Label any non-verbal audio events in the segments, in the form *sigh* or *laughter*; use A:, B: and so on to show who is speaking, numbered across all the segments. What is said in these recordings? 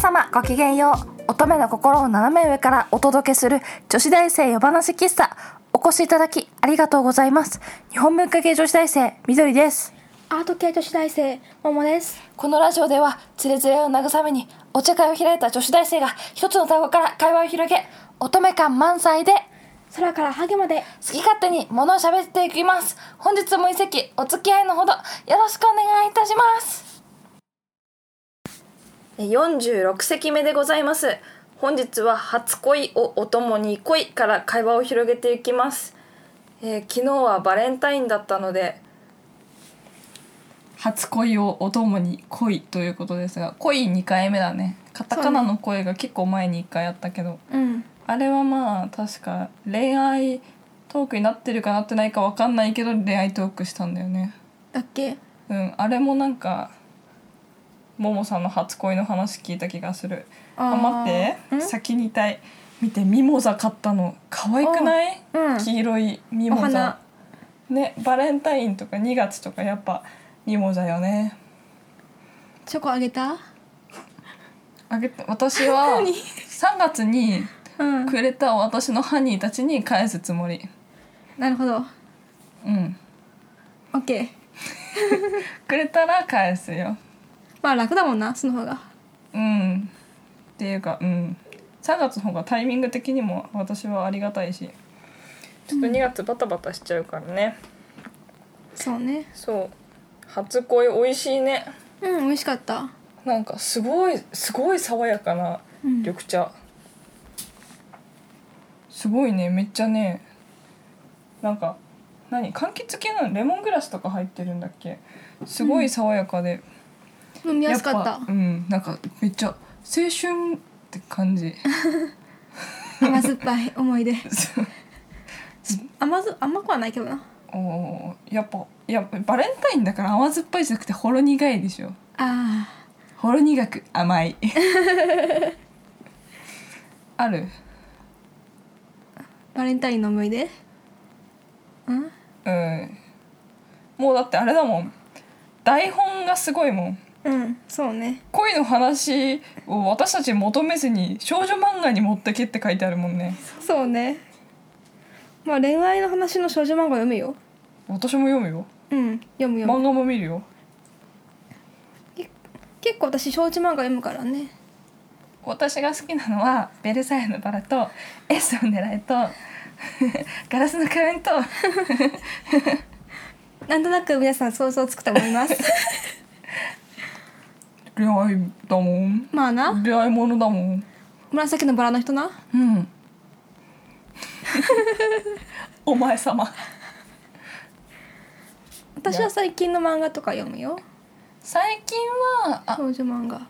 A: 様ごきげんよう乙女の心を斜め上からお届けする女子大生夜話喫茶お越しいただきありがとうございます日本文化系女子大生みどりです
B: アート系女子大生ももです
A: このラジオではつれつれを慰めにお茶会を開いた女子大生が一つの単語から会話を広げ乙女感満載で
B: 空からハゲまで
A: 好き勝手に物を喋っていきます本日も一席お付き合いのほどよろしくお願いいたします46席目でございます本日は初恋をお供に恋から会話を広げていきます、えー昨日はバレンタインだったので
C: 初恋をお供に恋ということですが恋2回目だねカタカナの恋が結構前に1回あったけど、
B: うん
C: あれはまあ確か恋愛トークになってるかなってないかわかんないけど恋愛トークしたんだよね
B: だっけ
C: うんあれもなんかももさんの初恋の話聞いた気がするあ
B: ー
C: 待って
B: ん
C: 先にいたい見てミモザ買ったの可愛くない、
B: うん
C: 黄色いミ
B: お
C: モ
B: 花
C: ザねバレンタインとか2月とかやっぱミモザよね
B: チョコあげた
C: あげた私は3月に
B: うん
C: くれた私のハニーたちに返すつもり
B: なるほど
C: うん
B: オッケー
C: くれたら返すよ
B: まあ楽だもんなその方が
C: うんっていうかうん3月の方がタイミング的にも私はありがたいしちょっと2月バタバタしちゃうからね、
B: そうね
C: そう初恋美味しいね
B: うん美味しかった
C: なんかすごいすごい爽やかな
B: うん
C: 緑茶、すごいねめっちゃねなんか何柑橘系なのレモングラスとか入ってるんだっけすごい爽やかで、
B: 飲みや
C: や
B: す
C: っぱ
B: かった
C: うんなんかめっちゃ青春って感じ *laughs*
B: 甘酸っぱい思い出
C: そう
B: *laughs* 甘ず甘くはないけどな
C: おーやっぱやっぱバレンタインだから甘酸っぱいじゃなくてほろ苦いでしょ
B: あ
C: ほろ苦く甘い *laughs* ある
B: ーバレンタインの思い出うん
C: うんもうだってあれだもん台本がすごいもん
B: うんそうね
C: 恋の話を私たちに求めずに少女漫画に持ってけって書いてあるもんね
B: そうねまあ恋愛の話の少女漫画読むよ
C: 私も読むよ
B: うん読む読む
C: 漫画も見るよ
B: 結構私少女漫画読むからね
C: 私が好きなのは「ベルサイユのバラ」と「S を狙いと *laughs* 「ガラスの仮面」と
B: なんとなく皆さん想像つくと思います
C: *laughs* 恋愛だもん
B: まあな
C: 恋愛ものだもん
B: 紫のバラの人な
C: うん *laughs* お前様
B: 私は最近の漫画とか読むよ
C: 最近はあ
B: 少女漫画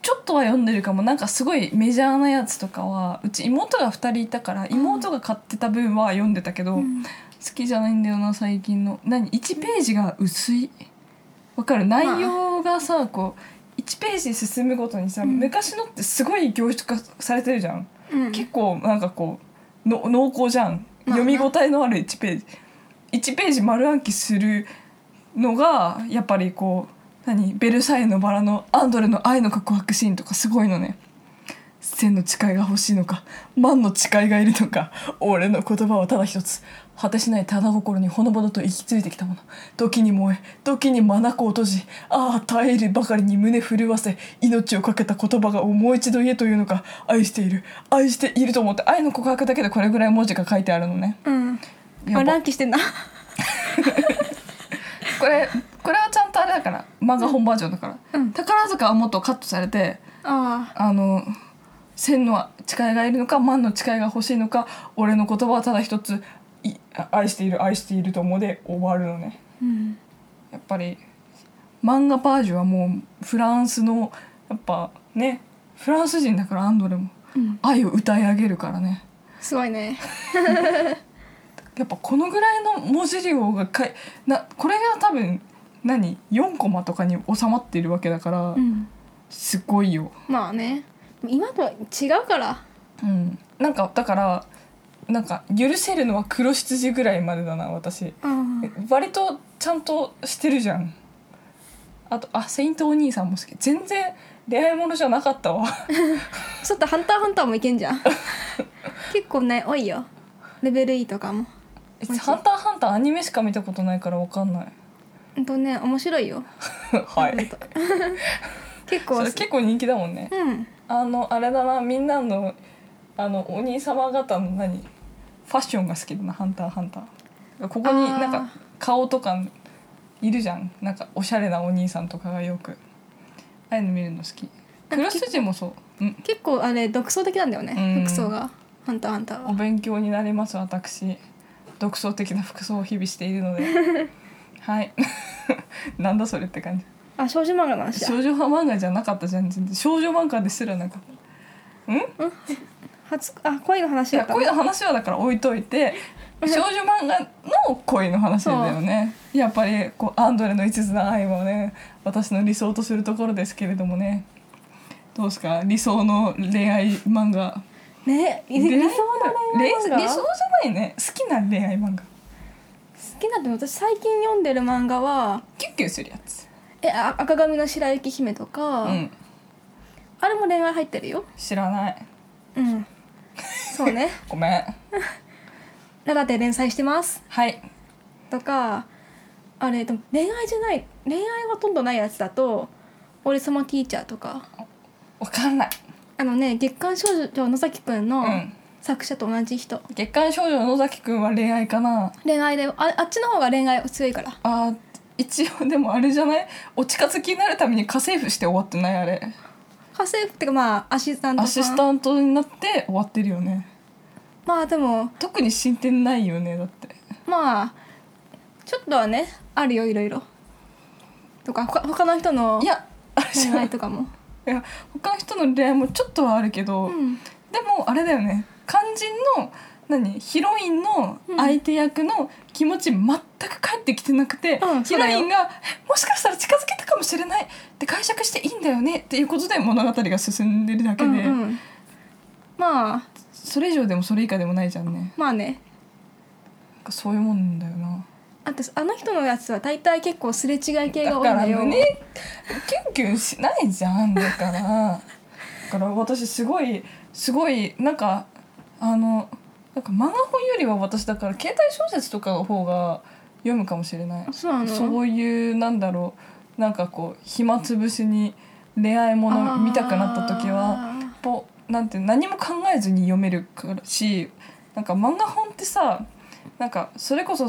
C: ちょっとは読んでるかもなんかすごいメジャーなやつとかはうち妹が2人いたから妹が買ってた分は読んでたけど、
B: ん
C: 好きじゃないんだよな最近の何1ページが薄いわかる内容がさこう1ページ進むごとにさ、昔のってすごい凝縮化されてるじゃん、
B: うん
C: 結構なんかこうの濃厚じゃん、
B: まあ
C: 読み応えのある1ページ1ページ丸暗記するのがやっぱりこう何「ベルサイユのバラ」のアンドレの愛の告白シーンとかすごいのね千の誓いが欲しいのか万の誓いがいるのか俺の言葉はただ一つ果てしないただ心にほのぼのと息づいてきたもの時に燃え時に眼を閉じああ耐えるばかりに胸震わせ命を懸けた言葉がもう一度言えというのか愛している愛していると思って愛の告白だけでこれぐらい文字が書いてあるのね
B: うん
C: やば
B: あランキ
C: *laughs*
B: してんな
C: これこれはちゃんとあれだから漫画本バージョンだから、
B: うん
C: 宝塚はもっとカットされて
B: あ
C: あの千の誓いがいるのか万の誓いが欲しいのか俺の言葉はただ一ついあ愛している愛していると思うで終わるのね
B: あうん
C: やっぱり漫画パージュはもうフランスのやっぱねフランス人だからアンドレも、
B: うん
C: 愛を歌い上げるからね
B: すごいね
C: やっぱこのぐらいの文字量がかいなこれが多分何4コマとかに収まっているわけだから、
B: うん
C: すごいよ。
B: まあね今とは違うから
C: うん、なんかだからなんか許せるのは黒羊ぐらいまでだな私
B: うん
C: 割とちゃんとしてるじゃんあとあセイントお兄さんも好き全然恋愛ものじゃなかったわ
B: ちょっと「ハンターハンター」もいけんじゃ
C: *laughs*
B: ん結構ね多いよレベル E とかも
C: 「ハンターハンター」アニメしか見たことないからわかんない
B: ほんとね面白いよ
C: はい
B: 結
C: *laughs* そ
B: 構
C: れ結構人気だもんね
B: うん
C: あのあれだなみんなのあのお兄様方の何ファッションが好きだな「ハンターハンター」ここに
B: あー
C: なんか顔とかいるじゃんなんかおしゃれなお兄さんとかがよくああいうの見るの好きクラス人もそううん
B: 結構あれ独創的なんだよ
C: うん
B: ね服装が「ハンターハンター」
C: お
B: は
C: 勉強になります私独創的な服装を日々している
B: *laughs*
C: のではい *laughs* なんだそれって感じ
B: あ少女漫画の話だ
C: 少女漫画じゃなかったじゃん全然少女漫画ですらなかった
B: 初あ恋の話
C: い
B: だ
C: や
B: った
C: 恋の話はだから置いといて少女漫画の恋の話だよねやっぱりこうアンドレの一途な愛はね私の理想とするところですけれどもねどうですか理想の恋愛漫画
B: ね理
C: 恋
B: 理
C: 愛
B: 想の恋愛漫画
C: 理想じゃないね好きな恋愛漫
B: 好
C: 画
B: きなの私最近読んでる漫画は
C: キュッキュするやつ
B: 「えあ赤髪の白雪姫」とか、
C: うん
B: あれも恋愛入ってるよ
C: 知らない
B: うんそうね
C: ごめん
B: ララで連載してます
C: はい
B: とかあれでも恋愛じゃない恋愛はほとんどないやつだと「俺様ティーチャー」とか
C: わかんない
B: あのね「月刊少女野崎くん」
C: う
B: の
C: ん
B: 作者と同じ人、
C: 月刊少女野崎くんは恋愛かな
B: 恋愛でああっちの方が恋愛強いから
C: あー一応でもあれじゃないお近づきになるために家政婦して終わってないあれ
B: 家政婦っていうかまあアシスタント
C: ア
B: さん
C: シスタントになって終わってるよね
B: まあでも
C: 特に進展ないよねだって
B: まあちょっとはねあるよいろいろとかほか他の人の
C: いやあれじゃ
B: 恋
C: ない
B: 愛とかも
C: いや他の人の恋愛もちょっとはあるけど、
B: うん
C: でもあれだよね肝心の何ヒロインの相手役の気持ち全く返ってきてなくて、
B: うん
C: ヒ
B: そう
C: ロ
B: だよ
C: インが「えもしかしたら近づけたかもしれない」って解釈していいんだよねっていうことで物語が進んでるだけ
B: う
C: で、
B: んうんまあ
C: それ以上でもそれ以下でもないじゃんね
B: まあね
C: なんかそういうもんだよな
B: あとあの人のやつは大体結構すれ違い系
C: だ
B: が多
C: か
B: いん
C: ら
B: だよ、
C: 胸キュンキュンしないじゃんだからだから私すごいすごいなんかあのなんか漫画本よりは私だから携帯小説とかの方が読むかもしれない
B: あそうなの
C: そういうなんだろうなんかこう暇つぶしに恋愛もの見たくなった時は
B: あ
C: ぽなんて何も考えずに読めるからしなんか漫画本ってさなんかそれこそ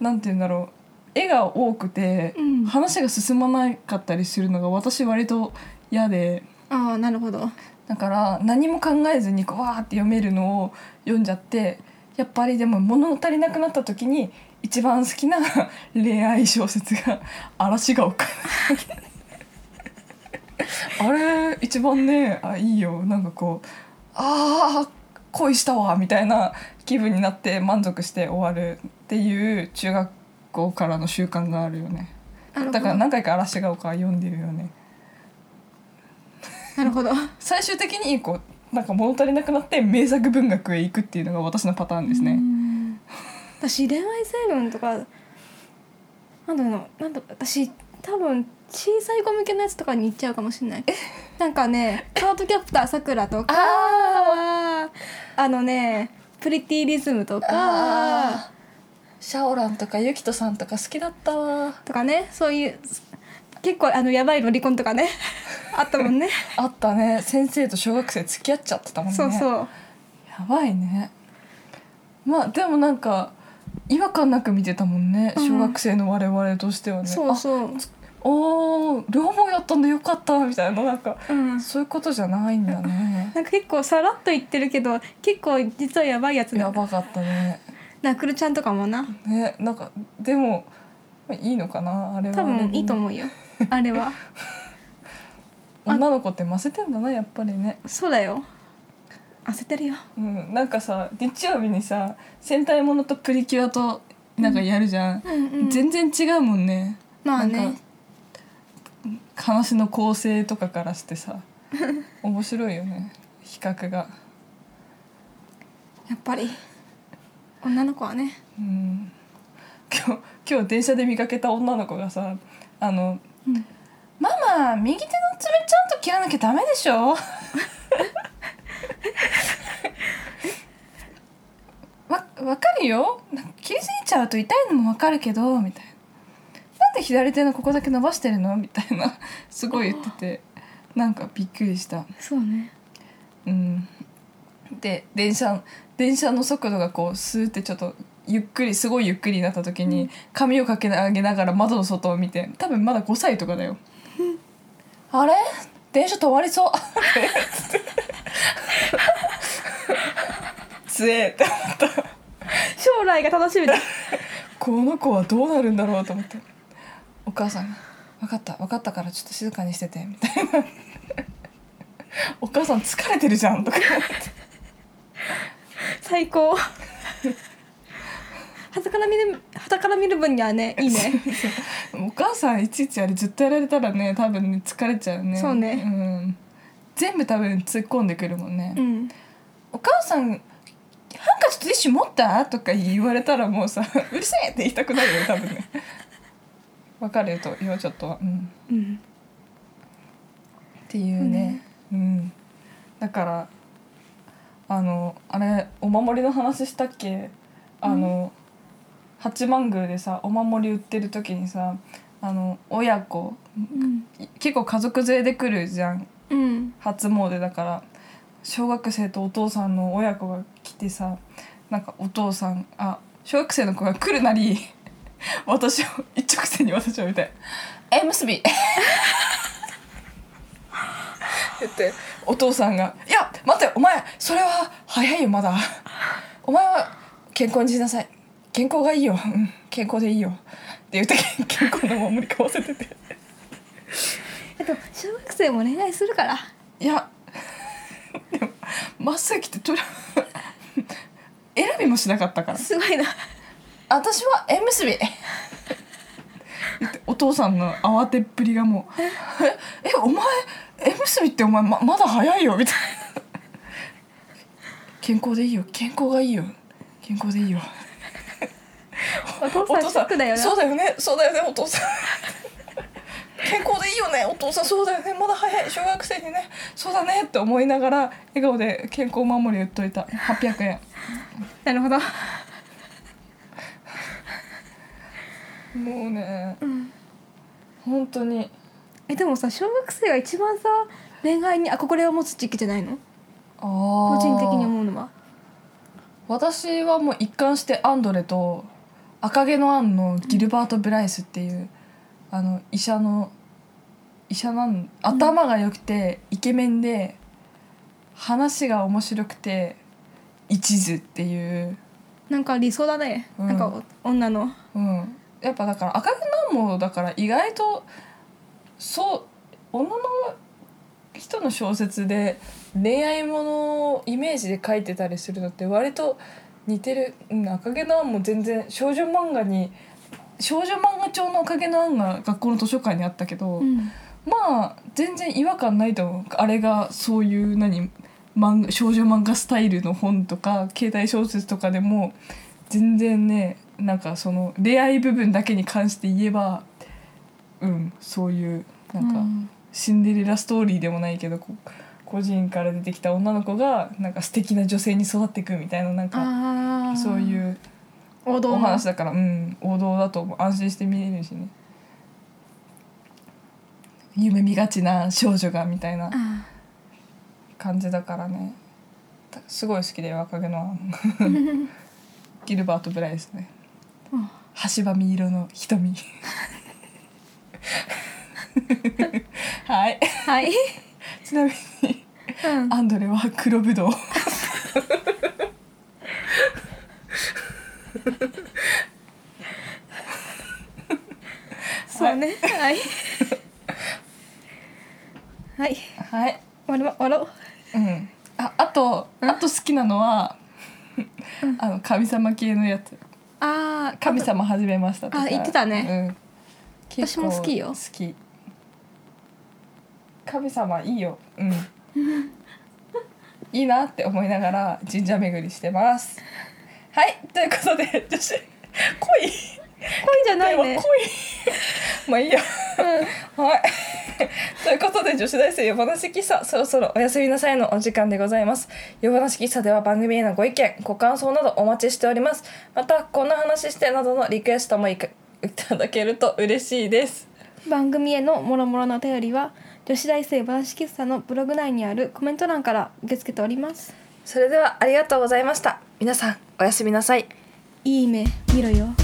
C: なんて言うんだろう絵が多くて、
B: うん
C: 話が進まなかったりするのが私割と嫌で
B: ーあーなるほど
C: だから何も考えずにこうわーって読めるのを読んじゃってやっぱりでも物足りなくなった時に一番好きな恋愛小説が「嵐が丘」 *laughs* あれ一番ねあいいよなんかこう「あー恋したわ」みたいな気分になって満足して終わるっていう中学校からの習慣があるよね
B: なるほど
C: だから何回か「嵐が丘」読んでるよね。
B: なるほど
C: 最終的にこうなんか物足りなくなって名作文学へ行くっていうのが私のパターンですね。
B: うん私恋愛成分とかなんだろうななんだろう私多分小さい子向けのやつとかに行っちゃうかもしれ
C: *laughs*
B: ないなんかねカートキャプターさくらとかあのねプリティリズムとか
C: シャオランとかユキトさんとか好きだったわ。
B: とかねそういう結構あのやばいロリコンとか
C: *laughs*
B: ねあったもんね
C: あったね先生と小学生付き合っちゃってたもんね。
B: そう
C: や
B: そう
C: ばいね。まあでもなんか違和感なく見てたもんね
B: うん
C: 小学生の我々としてはね。
B: そうそう
C: あおー両方やったんでよかったみたいななんか
B: うん
C: そういうことじゃないん
B: *laughs*
C: だね。
B: なんか結構さらっと言ってるけど結構実はやばいやつ
C: や
B: だ
C: ばかったね。
B: ナクルちゃんとかもな
C: ねなんかでもまあいいのかなあれは
B: 多分いいと
C: う
B: 思うよあれは
C: 女の子ってませてんだなやっぱりね
B: そうだよ焦ってるよ
C: うんなんかさ日曜日にさ戦隊ものとプリキュアとなんかやるじゃん、
B: うんうん
C: 全然違うもんね
B: まあ
C: なん
B: ね
C: か話の構成とかからしてさ面白いよね比較が
B: やっぱり女の子はね
C: うん今日今日電車で見かけた女の子がさあの、ママ右手の爪ちゃんと切らなきゃダメでしょわわかるよなんか切りすぎちゃうと痛いのもわかるけどみたいななんで左手のここだけ伸ばしてるのみたいなすごい言っててなんかびっくりした
B: そうね
C: うんで電車電車の速度がこうスーってちょっとゆっくりすごいゆっくりになった時に髪をかけ上げながら窓の外を見て多分まだ5歳とかだよあれ電車止まりそうつえって
B: 将来が楽しみだ
C: この子はどうなるんだろうと思ってお母さんが「分かった分かったからちょっと静かにしてて」みたいな「お母さん疲れてるじゃん」とか
B: 最高肌から見る肌から見る分にはねいいね
C: *laughs* お母さんいちいちあれずっとやられたらね多分ね疲れちゃうね
B: そうね
C: うん、全部多分突っ込んでくるもんね、
B: うん
C: お母さんハンカチとティッシュ持ったとか言われたらもうさ *laughs* 「うるせえ!」って言いたくなるよね多分ね *laughs* わかるよと今ちょっとは、うん、
B: うん
C: っていうね、うん、だからあのあれお守りの話したっけあの、八幡宮でさお守り売ってる時にさあの親子
B: うん
C: い結構家族連れで来るじゃん
B: うん
C: 初詣だから小学生とお父さんの親子が来てさなんかお父さんあ小学生の子が来るなり *laughs* 私を一直線に私を見て「縁結び! 」 *laughs* 言ってお父さんが「いや待ってお前それは早いよまだお前は健康にしなさい健康がいいよ、うん、健康でいいよ」って言って健康の守りかわせてて
B: あと小学生も恋愛するから
C: いや *laughs* でも真っ先ってとりあえず *laughs* 選びもしなかったから
B: すごいな
C: 私は縁結び *laughs* お父さんの慌てっぷりがもう *laughs* 「ええお前縁結びってお前ままだ早いよ」みたいな *laughs* 「健康でいいよ健康がいいよ健康でいいよ」
B: お父さんショックだよな
C: そうだよねそうだよねお父さん健康でいいよねお父さんそうだよねまだ早い小学生にねそうだねって思いながら笑顔で健康守り売っといた800円
B: なるほど
C: もうね
B: うん
C: 本当に
B: えでもさ小学生が一番さ恋愛に憧れを持つ時期じゃないの
C: 個
B: 個人的に思うのは
C: 私はもう一貫してアンドレと赤毛のアンのギルバート・ブライスっていう、あの医者の医者なん頭が良くてイケメンで話が面白くて一途っていう、
B: なんか理想だね、
C: うん
B: なんかお女の
C: うん、やっぱだから赤毛のアンもだから意外とそう女の人の小説で恋愛ものをイメージで書いてたりするのって割と似てる、うん、赤毛のアンも全然少女漫画に少女漫画調の赤毛のアンが学校の図書館にあったけど、
B: うん
C: まあ全然違和感ないと思うあれがそういう何漫画少女漫画スタイルの本とか携帯小説とかでも全然ねなんかその恋愛部分だけに関して言えばうんそういうなんか。
B: うん
C: シンデレラストーリーでもないけどこう個人から出てきた女の子がなんか素敵な女性に育っていくみたいななんか
B: あー
C: そういう
B: 王道
C: お
B: の
C: 話だから、うん、王道だと思う安心して見れるしね夢見がちな少女がみたいな
B: あ
C: 感じだからねたすごい好きだよ若気のアン
B: *laughs*
C: ギルバート・ブライスね
B: うん
C: 橋ばみ色の瞳はい
B: ーはい、
C: ちなみに
B: うん、
C: アンドレは黒ぶどう
B: そうねはいはい
C: はい
B: 終わりま終わろう
C: うんああとあと好きなのはあの神様系のやつ
B: あー
C: 神様始めましたとか
B: あ言ってたね、
C: うん、
B: 私も好きよ
C: 結構好き神様いいよ
B: *laughs*
C: うんいいなって思いながら神社巡りしてますはいということで女子恋
B: 恋じゃないね
C: 恋 *laughs* まあいいや
B: うん
C: はい *laughs* ということで女子大生夜話喫茶そろそろお休みなさいのお時間でございます夜話喫茶では番組へのご意見ご感想などお待ちしておりますまたこんな話してなどのリクエストもいかいただけると嬉しいです
B: 番組へのもろもろのお便りは女子大生話喫茶のブログ内にあるコメント欄から受け付けております
C: それではありがとうございました皆さんおやすみなさい
B: いい目見ろよ